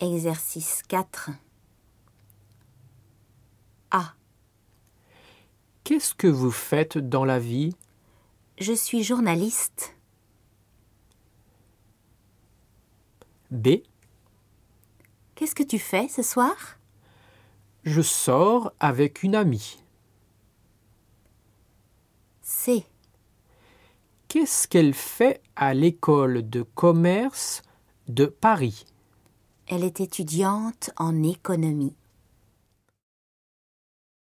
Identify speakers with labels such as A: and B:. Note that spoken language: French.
A: Exercice 4. A.
B: Qu'est-ce que vous faites dans la vie
A: Je suis journaliste.
B: B.
A: Qu'est-ce que tu fais ce soir
B: Je sors avec une amie.
A: C.
B: Qu'est-ce qu'elle fait à l'école de commerce de Paris
A: Elle est étudiante en économie.